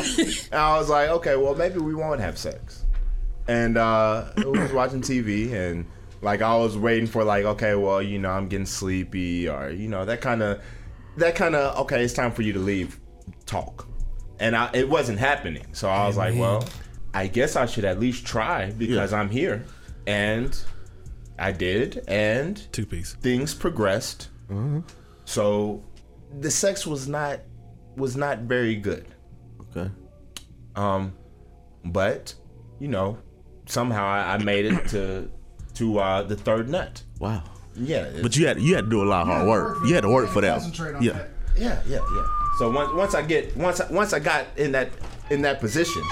Speaker 10: and I was like, okay, well maybe we won't have sex. And uh we was watching TV and like I was waiting for like, okay, well, you know, I'm getting sleepy or you know, that kind of that kind of okay, it's time for you to leave talk. And I, it wasn't happening. So I was like, well, I guess I should at least try because I'm here. And I did and
Speaker 3: Two piece.
Speaker 10: things progressed. So the sex was not was not very good.
Speaker 8: Okay.
Speaker 10: Um, but you know, somehow I, I made it to to uh, the third nut.
Speaker 8: Wow.
Speaker 10: Yeah, it-
Speaker 8: But you had you had to do a lot of hard work. You had to work for that.
Speaker 9: Concentrate on
Speaker 8: Yeah.
Speaker 9: that.
Speaker 10: yeah, yeah, yeah. So once once I get once I, once I got in that in that position,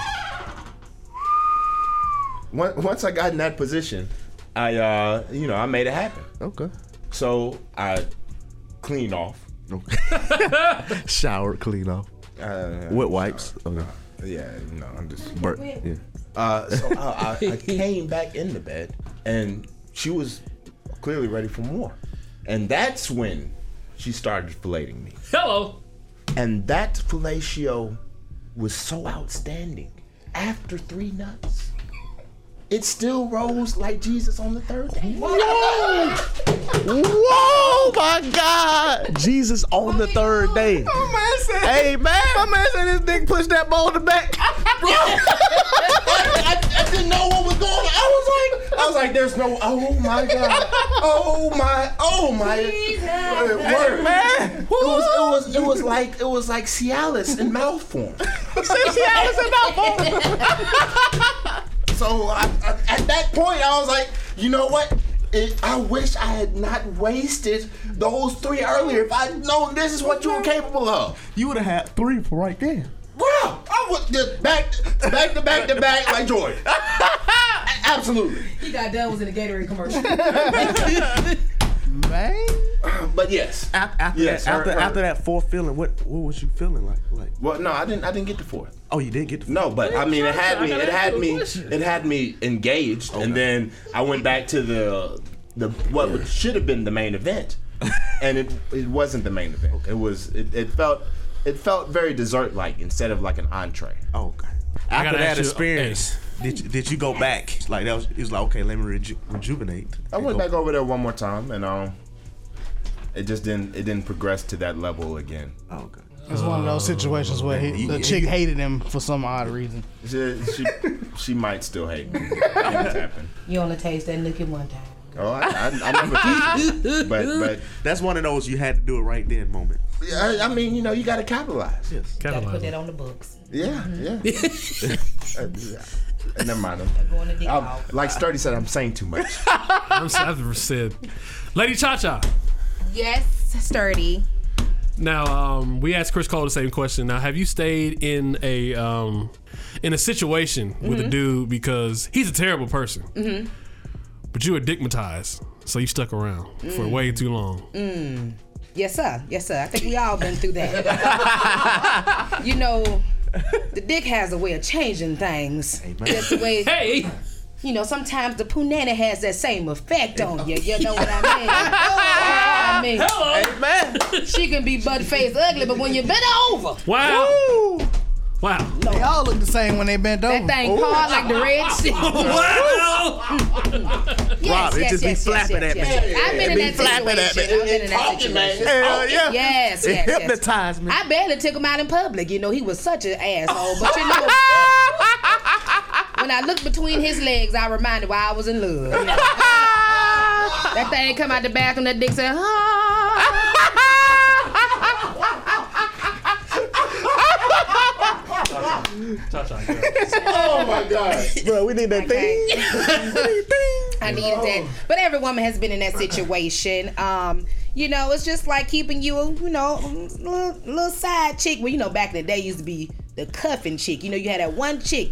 Speaker 10: once once I got in that position, I uh you know I made it happen.
Speaker 8: Okay.
Speaker 10: So I cleaned off.
Speaker 8: Okay. <laughs> Shower, clean off,
Speaker 10: Uh,
Speaker 8: wet wipes. Okay.
Speaker 10: yeah, no, I'm just
Speaker 8: Bur- yeah.
Speaker 10: Uh, so I, I, I came back in the bed, and she was clearly ready for more. And that's when she started filleting me.
Speaker 3: Hello.
Speaker 10: And that fellatio was so outstanding. After three nuts, it still rose like Jesus on the third day.
Speaker 8: Whoa, Oh my God! Jesus on the third day.
Speaker 14: My man said,
Speaker 8: Hey,
Speaker 14: my
Speaker 8: man.
Speaker 14: man said his dick pushed that ball in the back.
Speaker 10: I, I didn't know what was going on. I was like, I was like, there's no. Oh my god. Oh my. Oh my. Uh, word. It was. It was. It was like. It was like Cialis in mouth form. <laughs> So I, I, at that point, I was like, you know what? It, I wish I had not wasted those three earlier. If I'd known this is what you were capable of.
Speaker 8: You would have had three right there.
Speaker 10: Bro, I was just back, back to back to back like Jordan. Absolutely.
Speaker 7: He got done was in a Gatorade commercial.
Speaker 10: Man. But yes.
Speaker 8: After
Speaker 10: yes,
Speaker 8: that,
Speaker 10: her-
Speaker 8: after,
Speaker 10: her-
Speaker 8: after that fourth feeling, what what was you feeling like? Like
Speaker 10: Well, no, I didn't. I didn't get the fourth.
Speaker 8: oh, you did get the
Speaker 10: No, but I mean, it had me. It had me.
Speaker 8: question.
Speaker 10: It had me engaged, and then I went back to the the what would- should have been the main <laughs> event, and it it wasn't the main event. It was. It, it felt it felt very dessert like instead of like an entree.
Speaker 8: oh, Okay.
Speaker 10: I
Speaker 8: after
Speaker 10: gotta
Speaker 8: that
Speaker 10: ask you-
Speaker 8: experience, did you, did you go back? Like that was it was like okay, let me reju- rejuvenate.
Speaker 10: I went back over there one more time, and um, it just didn't it didn't progress to that level again.
Speaker 8: Oh, okay.
Speaker 9: It's one of those situations where he, the chick hated him for some odd reason.
Speaker 10: She she, she might still hate
Speaker 7: <laughs>
Speaker 10: me. Things happen.
Speaker 7: you only taste that liquid one time.
Speaker 10: Oh, I, I, I never.
Speaker 8: but
Speaker 10: but
Speaker 8: that's one of those you had to do it right then moment.
Speaker 10: I, I mean, you know, you got to capitalize.
Speaker 8: Yes.
Speaker 7: Gotta put that on the books.
Speaker 10: Yeah, yeah. Uh, Never mind.
Speaker 7: Going to dick
Speaker 10: I'm,
Speaker 7: out.
Speaker 10: like Sturdy said, I'm saying too much.
Speaker 3: I'm, s- I've said, Lady Cha Cha.
Speaker 15: Yes, sturdy.
Speaker 3: Now, um, we asked Chris Cole the same question. Now, have you stayed in a um, in a situation with a
Speaker 15: Mhm.
Speaker 3: dude because he's a terrible person,
Speaker 15: Mm-hmm.
Speaker 3: but you were digmatized, so you stuck around for
Speaker 15: Mm.
Speaker 3: way too long?
Speaker 7: Mm. Yes, sir. Yes, sir. I think we all been
Speaker 2: <laughs>
Speaker 7: through that. you know, the dick has a way of changing things. That's the way.
Speaker 3: Hey.
Speaker 7: You know, sometimes the punani has that same effect on you. You know what I
Speaker 9: <laughs>
Speaker 7: mean? I mean, Amen. She can be butt faced ugly, but when you bent over,
Speaker 3: Wow. Wow.
Speaker 9: They all look the same when they bent over.
Speaker 7: that thing hard like the red
Speaker 9: <laughs>
Speaker 7: sea.
Speaker 9: Rob, it just be flapping at me.
Speaker 7: I've been
Speaker 9: It
Speaker 7: in
Speaker 9: be
Speaker 7: that
Speaker 9: flapping at me.
Speaker 7: situation. I've been in that
Speaker 9: Talking, man.
Speaker 7: situation.
Speaker 9: Hell yeah.
Speaker 7: Yes, yes,
Speaker 9: It
Speaker 7: yes.
Speaker 9: hypnotized me.
Speaker 7: I barely took him out in public. You know, he was such an asshole. But you
Speaker 9: <laughs>
Speaker 7: know, when I looked between his legs, I reminded why I was in love. you
Speaker 9: <laughs>
Speaker 7: know. that thing come out the bathroom, that dick said,
Speaker 10: oh my god,
Speaker 8: bro, we need that thing.
Speaker 7: <laughs> I needed
Speaker 8: Oh.
Speaker 7: that. But every woman has been in that situation. Um, you know, it's just like keeping you, you know, little, little side chick. Well, you know, back in the day used to be the cuffing chick. You know, you had that one chick.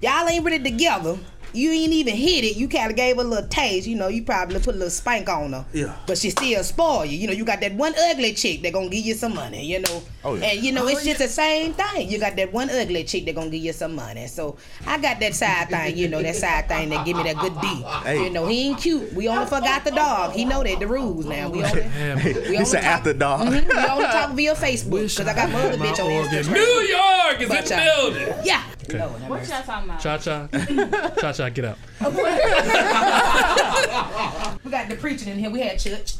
Speaker 7: Y'all ain't really together. You ain't even hit it. You kind of gave her a little taste. You know, you probably put a little spank on her.
Speaker 8: Yeah.
Speaker 7: But she still spoil you. You know, you got that one ugly chick that gonna give you some money. You know,
Speaker 8: Oh, yeah.
Speaker 7: and you know
Speaker 8: Oh,
Speaker 7: it's just the same thing. You got that one ugly chick that gonna give you some money. So I got that side thing. You know that side thing that give me that good D.
Speaker 8: Hey.
Speaker 7: You know he ain't cute. We only forgot the dog. He know that the rules now. We only
Speaker 8: Hey,
Speaker 7: we
Speaker 8: it's
Speaker 7: only
Speaker 8: an after dog.
Speaker 7: Mhm. we only talk via Facebook because I got my other bitch on Instagram.
Speaker 3: New York is in
Speaker 7: But
Speaker 3: the
Speaker 7: y'all-
Speaker 3: building.
Speaker 7: Yeah.
Speaker 3: Okay.
Speaker 4: What y'all talking about?
Speaker 3: Cha Cha. Cha Cha, get out.
Speaker 7: we got the preaching in here. We had church.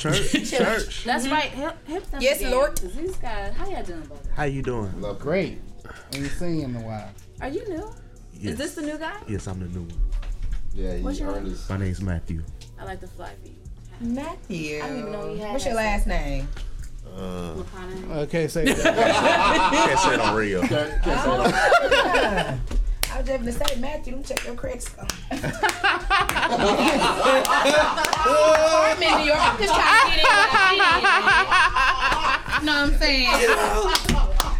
Speaker 7: <laughs>
Speaker 8: church, church.
Speaker 4: That's right. Help, help
Speaker 7: Mm-hmm.
Speaker 4: them
Speaker 7: Yes,
Speaker 4: again.
Speaker 7: Lord.
Speaker 4: These guys, how y'all doing, brother?
Speaker 8: How you doing?
Speaker 10: Love
Speaker 9: great. Ain't seen him in a while.
Speaker 4: Are you new? Is this the new guy?
Speaker 8: Yes, I'm the new one.
Speaker 10: Yeah,
Speaker 4: What's your name?
Speaker 8: My name's Matthew.
Speaker 4: I like the fly feet.
Speaker 7: Matthew.
Speaker 4: I don't even know you had
Speaker 7: What's
Speaker 4: that
Speaker 7: your last name?
Speaker 8: Uh,
Speaker 9: Okay,
Speaker 14: <laughs>
Speaker 9: say
Speaker 8: can't say it on radio.
Speaker 7: I was just gonna say Matthew. Let me check your credit score. I'm in New York. I'm just trying to get in. What I can. know what I'm saying?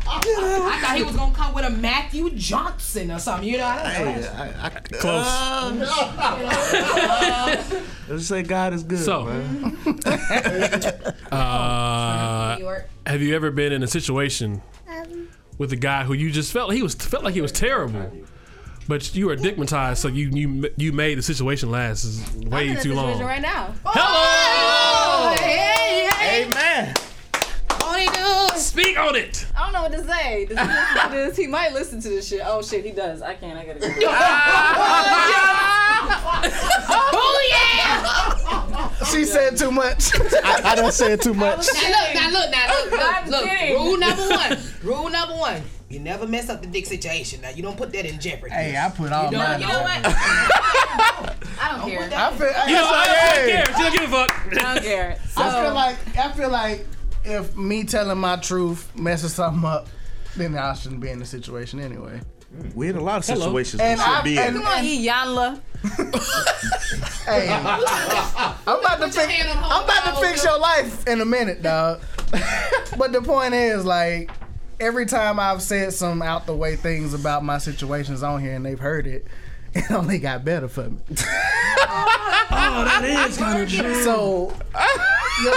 Speaker 7: I thought he was gonna come with a Matthew Johnson or something. You know, I don't know.
Speaker 8: Close. Let's say God is good.
Speaker 3: So,
Speaker 8: man.
Speaker 3: Uh, have you ever been in a situation
Speaker 4: Um.
Speaker 3: with a guy who you just felt he was felt like he was terrible, but you were digmatized, so you you you made the situation last is
Speaker 4: I'm in
Speaker 3: way
Speaker 4: a
Speaker 3: too
Speaker 4: situation
Speaker 3: long.
Speaker 4: right now.
Speaker 3: Hello!
Speaker 4: Hey, hey.
Speaker 8: Amen.
Speaker 4: Only dude.
Speaker 3: Speak on it.
Speaker 4: I don't know what to say.
Speaker 7: <laughs>
Speaker 4: Does he listen to this? He might listen to this shit. Oh shit, he does. I can't. I gotta go.
Speaker 7: Oh,
Speaker 9: She said too much. <laughs> I, I don't say it
Speaker 7: <laughs>
Speaker 9: too much.
Speaker 7: Now look, now look, now
Speaker 4: I'm
Speaker 7: look, look,
Speaker 4: kidding.
Speaker 7: look. Rule number one. Rule number one. You never mess up the dick situation. Now you don't put that in jeopardy.
Speaker 9: Hey, I put all
Speaker 7: you
Speaker 9: mine
Speaker 7: don't, you know
Speaker 9: on.
Speaker 7: what?
Speaker 4: I don't care.
Speaker 9: I feel,
Speaker 4: You know what? I don't care.
Speaker 3: She don't give a fuck.
Speaker 4: I don't care.
Speaker 9: I
Speaker 7: Oh.
Speaker 9: feel like I feel like if me telling my truth messes something up, then I shouldn't be in the situation anyway.
Speaker 8: We in a lot of
Speaker 9: Hello.
Speaker 8: situations
Speaker 9: And
Speaker 8: we should
Speaker 9: I-
Speaker 8: be
Speaker 9: and-
Speaker 8: in.
Speaker 7: <laughs>
Speaker 9: Come on,
Speaker 4: you yanla.
Speaker 9: <laughs> Hey, I'm about to fix. I'm about to fix your life in a minute, dog. <laughs> but the point is, like, every time I've said some out the way things about my situations on here, and they've heard it, <laughs> It only got better for me. <laughs> oh,
Speaker 3: that
Speaker 16: is kinda true.
Speaker 9: So
Speaker 16: Your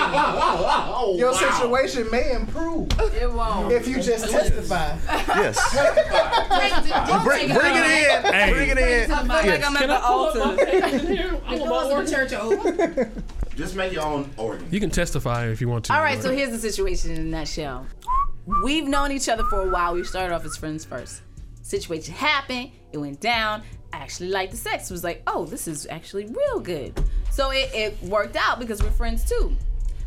Speaker 9: Oh,
Speaker 16: situation, your
Speaker 9: wow.
Speaker 16: situation may improve. It won't. If you just testify.
Speaker 8: Yes. bring, bring it in.
Speaker 16: Hey.
Speaker 8: Bring it in.
Speaker 16: I feel like
Speaker 8: Yes.
Speaker 16: I'm at Can I the pull up altar.
Speaker 7: The doors of the church are open.
Speaker 6: Just make your own organ.
Speaker 3: You can testify if you want to.
Speaker 4: All right, so here's the situation in a nutshell. We've known each other for a while. We started off as friends first. Situation happened. It went down. I actually liked the sex. It was like, oh, this is actually real good. So it, it worked out because we're friends too.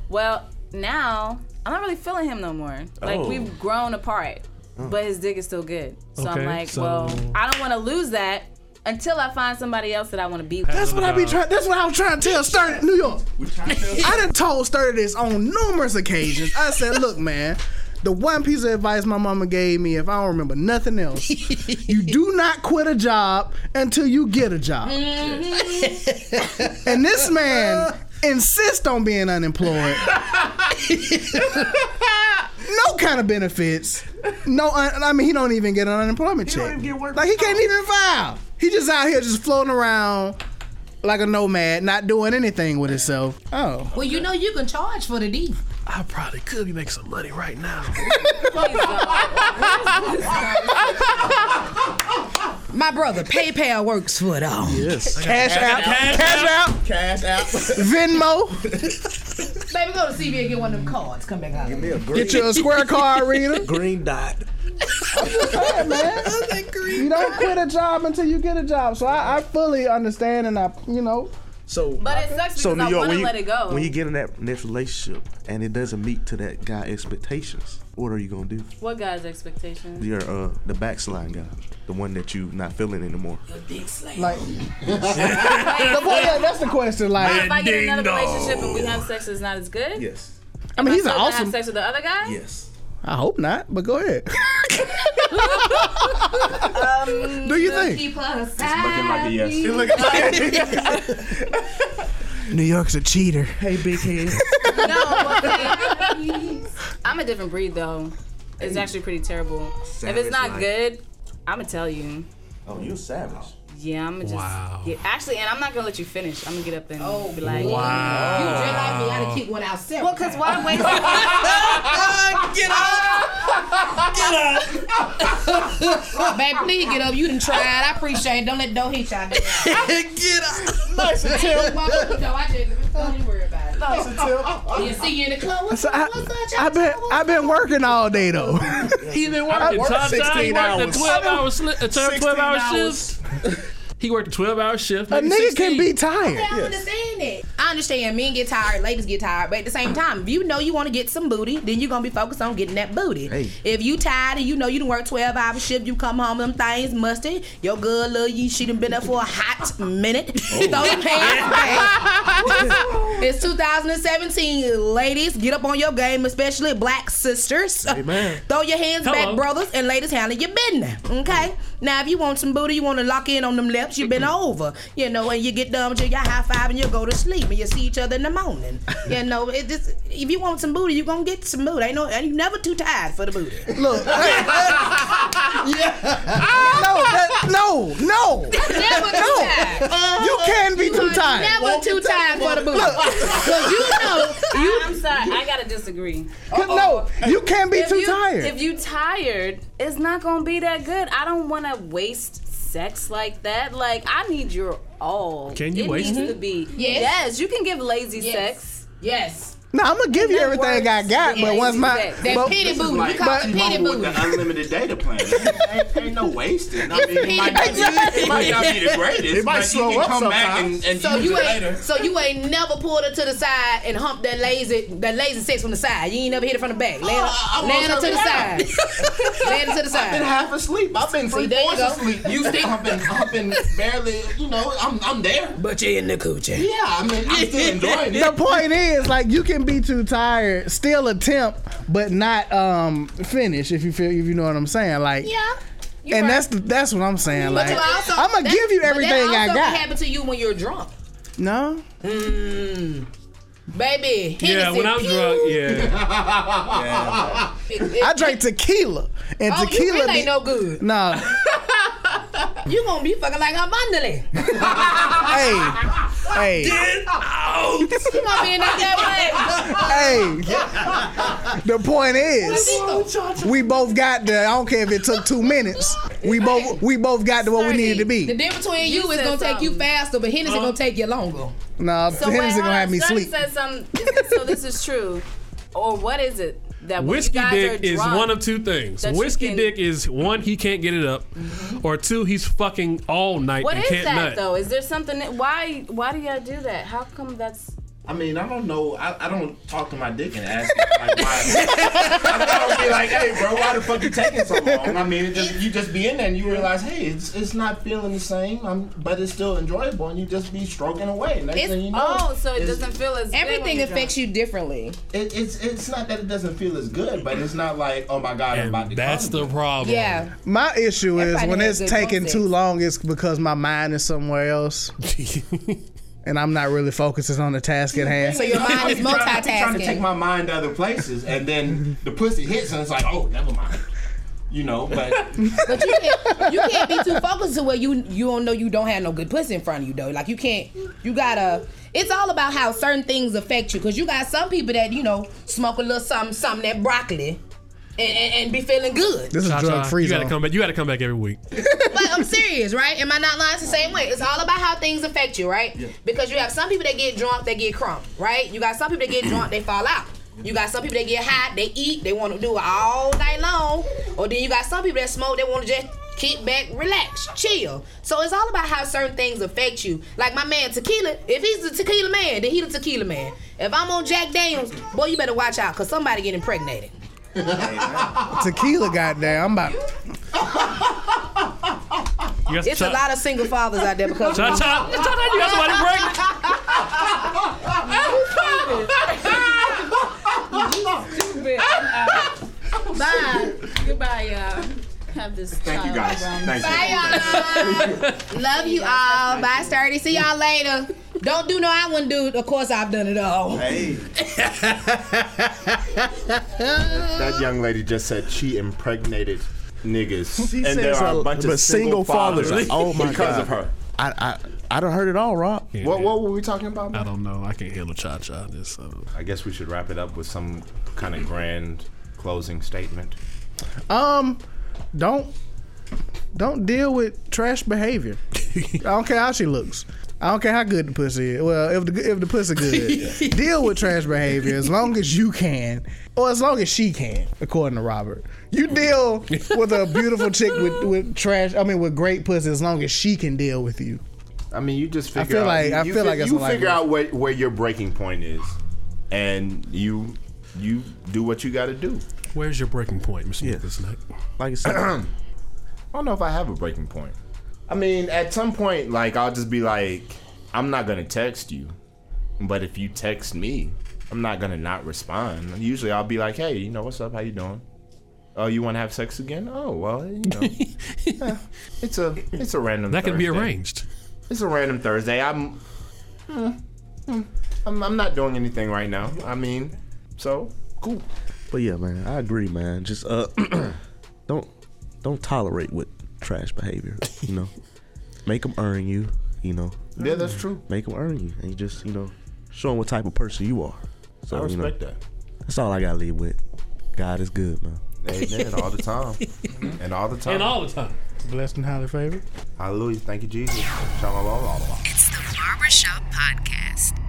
Speaker 4: Well, now I'm not really feeling him no more. Like
Speaker 7: Oh.
Speaker 4: we've grown apart,
Speaker 7: Oh.
Speaker 4: but his dick is still good. So I'm
Speaker 7: Okay,
Speaker 4: like,
Speaker 7: so-
Speaker 4: well, I don't want to lose that until I find somebody else that I want to be with.
Speaker 9: That's what I be trying. That's what I was trying to tell Sturdy New York. I done told Sturdy this on numerous occasions. I said, "Look, man, the one piece of advice my mama gave me, if I don't remember nothing <laughs> else, you do not quit a job until you get a job." and this man insists on being <laughs> unemployed. no kind of benefits. No, un- I mean he don't even get an unemployment check. like he can't even file. He just out here just floating around like a nomad, not doing anything with himself. Oh,
Speaker 7: Well, you know you can charge for the D.
Speaker 3: I probably could be making some money right now.
Speaker 7: My brother, PayPal works for it all.
Speaker 8: Yes.
Speaker 9: Cash App. Cash
Speaker 8: out. Cash out.
Speaker 9: Venmo.
Speaker 7: Baby, go to CV and get one of them cards. Come back out.
Speaker 9: Get you a square card reader.
Speaker 8: Green dot.
Speaker 9: <laughs> you don't quit a job until you get a job. So I, I fully understand, and I, you know.
Speaker 8: So,
Speaker 4: But it sucks because
Speaker 8: so New
Speaker 4: I
Speaker 8: York, when
Speaker 4: want to
Speaker 8: you,
Speaker 4: let it go.
Speaker 8: when you get in that next relationship and it doesn't meet to that guy expectations, what are you gonna do?
Speaker 4: what guy's expectations?
Speaker 8: You're uh, the backsliding guy, the one that you not feeling anymore.
Speaker 9: Like, <laughs> The point- yeah, that's the question. Like,
Speaker 4: But if I get in another relationship and we have sex that's not as good,
Speaker 8: Yes.
Speaker 9: I mean,
Speaker 4: am
Speaker 9: he's an
Speaker 4: still gonna
Speaker 9: awesome.
Speaker 4: Have sex with the other guy?
Speaker 8: Yes.
Speaker 9: I hope not, but go ahead. <laughs>
Speaker 4: um,
Speaker 9: Do you think?
Speaker 7: Keep us
Speaker 4: Ah,
Speaker 9: It look- New York's a cheater. Hey, big head.
Speaker 4: I'm a different breed though. It's actually pretty terrible. if
Speaker 8: Savage
Speaker 4: it's not
Speaker 8: life.
Speaker 4: good, I'ma tell you.
Speaker 8: Oh, you savage.
Speaker 4: Yeah, I'ma just
Speaker 8: Wow.
Speaker 4: get, actually, and I'm not gonna let you finish. I'm gonna get up and be like,
Speaker 8: Wow. You just like
Speaker 7: me, I done kicked one out
Speaker 4: Well, cause why
Speaker 9: <laughs>
Speaker 4: waste?
Speaker 7: get up! Get up! Babe, please get up. You done tried. I appreciate it. Don't let don't hit y'all.
Speaker 9: <laughs> get up! Nice and
Speaker 7: tell.
Speaker 9: tell.
Speaker 7: No, I just don't even worry about it.
Speaker 9: Nice and tell.
Speaker 7: <laughs> You see you in the club. What's
Speaker 9: So
Speaker 7: up?
Speaker 9: I,
Speaker 7: What's up?
Speaker 9: I've been I've been working all
Speaker 3: <laughs>
Speaker 9: day though.
Speaker 3: He's been
Speaker 9: I
Speaker 3: working
Speaker 9: worked
Speaker 3: top
Speaker 9: 16
Speaker 3: time. He worked
Speaker 9: hours.
Speaker 3: a twelve hour sli- a
Speaker 9: 16
Speaker 3: twelve hour
Speaker 9: hours.
Speaker 3: shift. <laughs> He worked a twelve hour shift.
Speaker 9: A
Speaker 3: maybe
Speaker 9: nigga
Speaker 3: 16.
Speaker 9: can be tired.
Speaker 7: I understand it. I understand men get tired, ladies get tired, but at the same time, if you know you want to get some booty, then you're gonna be focused on getting that booty.
Speaker 17: Hey.
Speaker 7: If you tired and you know you done work twelve hour shift, you come home them things musty. Your good little you she done been up for a hot minute. <laughs> Throw your pants back. it's 2017, ladies. Get up on your game, especially black sisters.
Speaker 8: Amen.
Speaker 7: Throw your hands
Speaker 8: Hello.
Speaker 7: back, brothers and ladies, handle your business. Okay. Now, if you want some booty, you want to lock in on them lips. You've been over, you know, and you get done with your high five and you go to sleep and you see each other in the morning.
Speaker 9: <laughs>
Speaker 7: You know, it just if you want some booty, you gonna get some booty. Ain't no, and you never too tired for the booty.
Speaker 9: Look,
Speaker 6: <laughs>
Speaker 9: no, that, no,
Speaker 7: <laughs>
Speaker 9: no,
Speaker 7: never too tired.
Speaker 9: no. You can be too tired.
Speaker 7: never too tired for the booty.
Speaker 9: Look,
Speaker 7: <laughs>
Speaker 9: 'cause you know,
Speaker 4: I, am sorry, I gotta disagree.
Speaker 9: 'Cause no, you can't be
Speaker 4: If
Speaker 9: too
Speaker 4: you-
Speaker 9: tired.
Speaker 4: If you tired, it's not gonna be that good. I don't wanna waste sex like that. Like I need your all.
Speaker 9: Can you
Speaker 4: it
Speaker 9: waste
Speaker 4: needs
Speaker 9: it?
Speaker 4: to be
Speaker 9: Yes.
Speaker 4: yes. You can give lazy sex.
Speaker 7: Yes.
Speaker 9: no, I'm gonna give you everything I got, but once my
Speaker 4: That
Speaker 9: but,
Speaker 7: pity
Speaker 6: This is like what's wrong with the unlimited data plan. ain't, ain't no wasting. I mean, it might not be, it might not be the greatest.
Speaker 8: It might
Speaker 6: but
Speaker 8: slow
Speaker 6: you
Speaker 8: up
Speaker 6: can come back
Speaker 8: sometimes.
Speaker 6: and, and
Speaker 7: So
Speaker 6: use
Speaker 7: you
Speaker 6: it
Speaker 7: ain't
Speaker 6: later.
Speaker 7: so you ain't never pulled her to the side and humped that lazy that lazy sex from the side. You ain't never hit it from the back. Land
Speaker 6: I- I
Speaker 7: land her
Speaker 6: want
Speaker 7: to the
Speaker 6: her
Speaker 7: side. Land her to the side.
Speaker 6: I've been half asleep. I've been
Speaker 7: See,
Speaker 6: three
Speaker 7: there you
Speaker 6: fourths
Speaker 7: go.
Speaker 6: asleep.
Speaker 7: You
Speaker 6: I've
Speaker 7: still-
Speaker 6: been, I've been barely, you know, I'm, I'm there.
Speaker 7: But you in the coochie.
Speaker 6: Yeah, I mean, I'm
Speaker 7: <laughs>
Speaker 6: still enjoying it.
Speaker 9: the point is, like, you can be too tired, still attempt, but not um finish. If you feel, if you know what I'm saying, like,
Speaker 7: Yeah. you're
Speaker 9: and
Speaker 7: right.
Speaker 9: that's the, that's what I'm saying.
Speaker 7: But
Speaker 9: Like,
Speaker 7: you also-
Speaker 9: I'm gonna
Speaker 7: that-
Speaker 9: give you
Speaker 7: but
Speaker 9: everything
Speaker 7: that also
Speaker 9: I
Speaker 7: can
Speaker 9: got.
Speaker 7: happen to you when you're drunk,
Speaker 9: No,
Speaker 7: baby.
Speaker 9: Yeah, when I'm drunk,
Speaker 7: yeah.
Speaker 9: I drank tequila, and
Speaker 7: Oh, you
Speaker 9: tequila
Speaker 7: really
Speaker 9: be-
Speaker 7: <laughs> ain't no good.
Speaker 9: No,
Speaker 7: you gonna be fucking like abundantly.
Speaker 9: hey, hey.
Speaker 7: Get
Speaker 9: out.
Speaker 7: You gonna be in
Speaker 9: <laughs>
Speaker 7: that
Speaker 9: Hey, the point
Speaker 7: is,
Speaker 9: we both got there. I don't care if it took two minutes. We both we both got to what we needed to
Speaker 7: way? The
Speaker 9: be.
Speaker 7: difference between you,
Speaker 18: You
Speaker 7: is
Speaker 18: said
Speaker 7: gonna take you faster, but Hennessy
Speaker 18: Huh?
Speaker 7: gonna take you longer.
Speaker 9: Nah,
Speaker 4: So wait,
Speaker 9: Henderson
Speaker 4: hold
Speaker 9: gonna
Speaker 4: on,
Speaker 9: have me
Speaker 4: Sonny
Speaker 9: sleep.
Speaker 4: said something. <laughs> is it- so this is true, or what is it that when
Speaker 3: Whiskey
Speaker 4: you guys
Speaker 3: dick
Speaker 4: are
Speaker 3: is
Speaker 4: drunk,
Speaker 3: one of two things.
Speaker 4: that you
Speaker 3: Whiskey
Speaker 4: can-
Speaker 3: dick is one, he can't get it up, or two, he's fucking all night
Speaker 4: What
Speaker 3: and
Speaker 4: is
Speaker 3: can't
Speaker 4: that
Speaker 3: nut.
Speaker 4: though? Is there something? That, why? Why do y'all do that? How come that's?
Speaker 6: I mean, I don't know. I, I don't talk to my dick and ask him, like why. <laughs> I don't be like, hey, bro, why the fuck you taking so long? I mean, it just you just be in there and you realize, hey, it's, it's not feeling the same, i but it's still enjoyable, and you just be stroking away. Next
Speaker 18: It's-
Speaker 6: thing you know,
Speaker 18: oh, so it
Speaker 6: it's-
Speaker 18: doesn't feel as good when Everything you're affects drunk. you differently.
Speaker 6: It, it's it's not that it doesn't feel as good, but it's not like, oh my god, I'm about to.
Speaker 3: That's the problem.
Speaker 18: Yeah.
Speaker 9: My issue is
Speaker 18: Everybody
Speaker 9: when it's
Speaker 18: has good
Speaker 9: taking
Speaker 18: concepts.
Speaker 9: too long, it's because my mind is somewhere else.
Speaker 3: <laughs>
Speaker 9: And I'm not really focusing on the task at hand.
Speaker 18: So your mind is
Speaker 6: I'm <laughs> trying, to- I'm trying
Speaker 18: multitasking.
Speaker 6: to take my mind to other places, and then the pussy hits, and it's like, oh, never mind. You know, but
Speaker 18: but you can't, you can't be too focused to where you you don't know you don't have no good pussy in front of you though. Like you can't. You gotta. It's all about how certain things affect you because you got some people that you know smoke a little something something that broccoli. And, and, and be feeling good.
Speaker 3: This
Speaker 9: is
Speaker 3: free. You gotta come back. You gotta come back every week.
Speaker 7: but I'm serious, right? Am I not lying? It's the same way. It's all about how things affect you, right? Because you have some people that get drunk, they get crump, right? You got some people that get drunk, they fall out. You got some people that get high, they eat, they want to do it all night long. Or then you got some people that smoke, they want to just kick back, relax, chill. So it's all about how certain things affect you. Like my man Tequila, if he's the tequila man, then he the tequila man. If I'm on Jack Daniels, boy, you better watch out, cause somebody getting impregnated.
Speaker 9: Tequila, goddamn. I'm about.
Speaker 18: It's a lot of single fathers out there because
Speaker 9: Cha-
Speaker 3: cha-
Speaker 9: cha-
Speaker 3: cha, you got somebody
Speaker 18: <laughs>
Speaker 4: Stupid. Bye. Goodbye, y'all. Have this. Thank
Speaker 6: you guys. Thanks.
Speaker 7: Bye, y'all. Love you all. Bye, Sturdy. See y'all later. Don't do no I wouldn't do. Of course, I've done it all.
Speaker 6: Hey. that young lady just said she impregnated niggas,
Speaker 8: She
Speaker 6: and there
Speaker 8: says
Speaker 6: are
Speaker 8: a-
Speaker 6: a bunch
Speaker 8: but
Speaker 6: of
Speaker 8: single
Speaker 6: single,
Speaker 8: fathers
Speaker 6: fathers.
Speaker 8: are- oh my
Speaker 6: because
Speaker 8: God.
Speaker 6: of her.
Speaker 8: I I I done heard it all, Rob.
Speaker 6: What what were we talking about? man?
Speaker 3: don't know. I can't handle cha cha. This. uh,
Speaker 6: I guess we should wrap it up with some kind of grand closing statement.
Speaker 9: Um, don't don't deal with trash behavior. I don't care how she looks. I don't care how good the pussy is. Well, if the if the pussy good, deal with trash behavior as long as you can, or as long as she can, according to Robert. You deal with a beautiful chick with, with trash. I mean, with great pussy as long as she can deal with you.
Speaker 6: I mean, you just
Speaker 9: I
Speaker 6: figure
Speaker 9: feel
Speaker 6: out.
Speaker 9: like-
Speaker 6: you,
Speaker 9: I
Speaker 6: you
Speaker 9: feel
Speaker 6: fi-
Speaker 9: like that's
Speaker 6: you
Speaker 9: what I
Speaker 6: figure
Speaker 9: do.
Speaker 6: out where, where your breaking point is, and you you do what you got to do.
Speaker 3: Where's your breaking point, Mr. Nicholas Knight?
Speaker 8: Like I said,
Speaker 6: I don't know if I have a breaking point. I mean, at some point, like I'll just be like, I'm not gonna text you, but if you text me, I'm not gonna not respond. Usually, I'll be like, Hey, you know what's up? How you doing? Oh, you want to have sex again? Oh, well, you
Speaker 3: <laughs>
Speaker 6: know, Yeah, it's a it's a random.
Speaker 3: That can be
Speaker 6: Thursday.
Speaker 3: arranged.
Speaker 6: It's a random Thursday. I'm hmm, I'm, I'm not doing anything right now. I mean, so cool.
Speaker 8: But yeah, man, I agree, man. Just uh, <clears throat> don't don't tolerate with trash behavior. You know, make them earn you. You know.
Speaker 3: Mm.
Speaker 6: Yeah, that's
Speaker 3: <laughs>
Speaker 6: true.
Speaker 8: Make them earn you, and just you know, show them what type of person you are. you
Speaker 6: I
Speaker 8: know,
Speaker 6: respect that.
Speaker 8: That's all I gotta leave with. God is good, man.
Speaker 6: Amen. All the time. And all the time.
Speaker 3: And all the time.
Speaker 9: Blessed and highly favored.
Speaker 6: Hallelujah. Thank you, Jesus. Shalom.
Speaker 19: It's the Barbershop Podcast.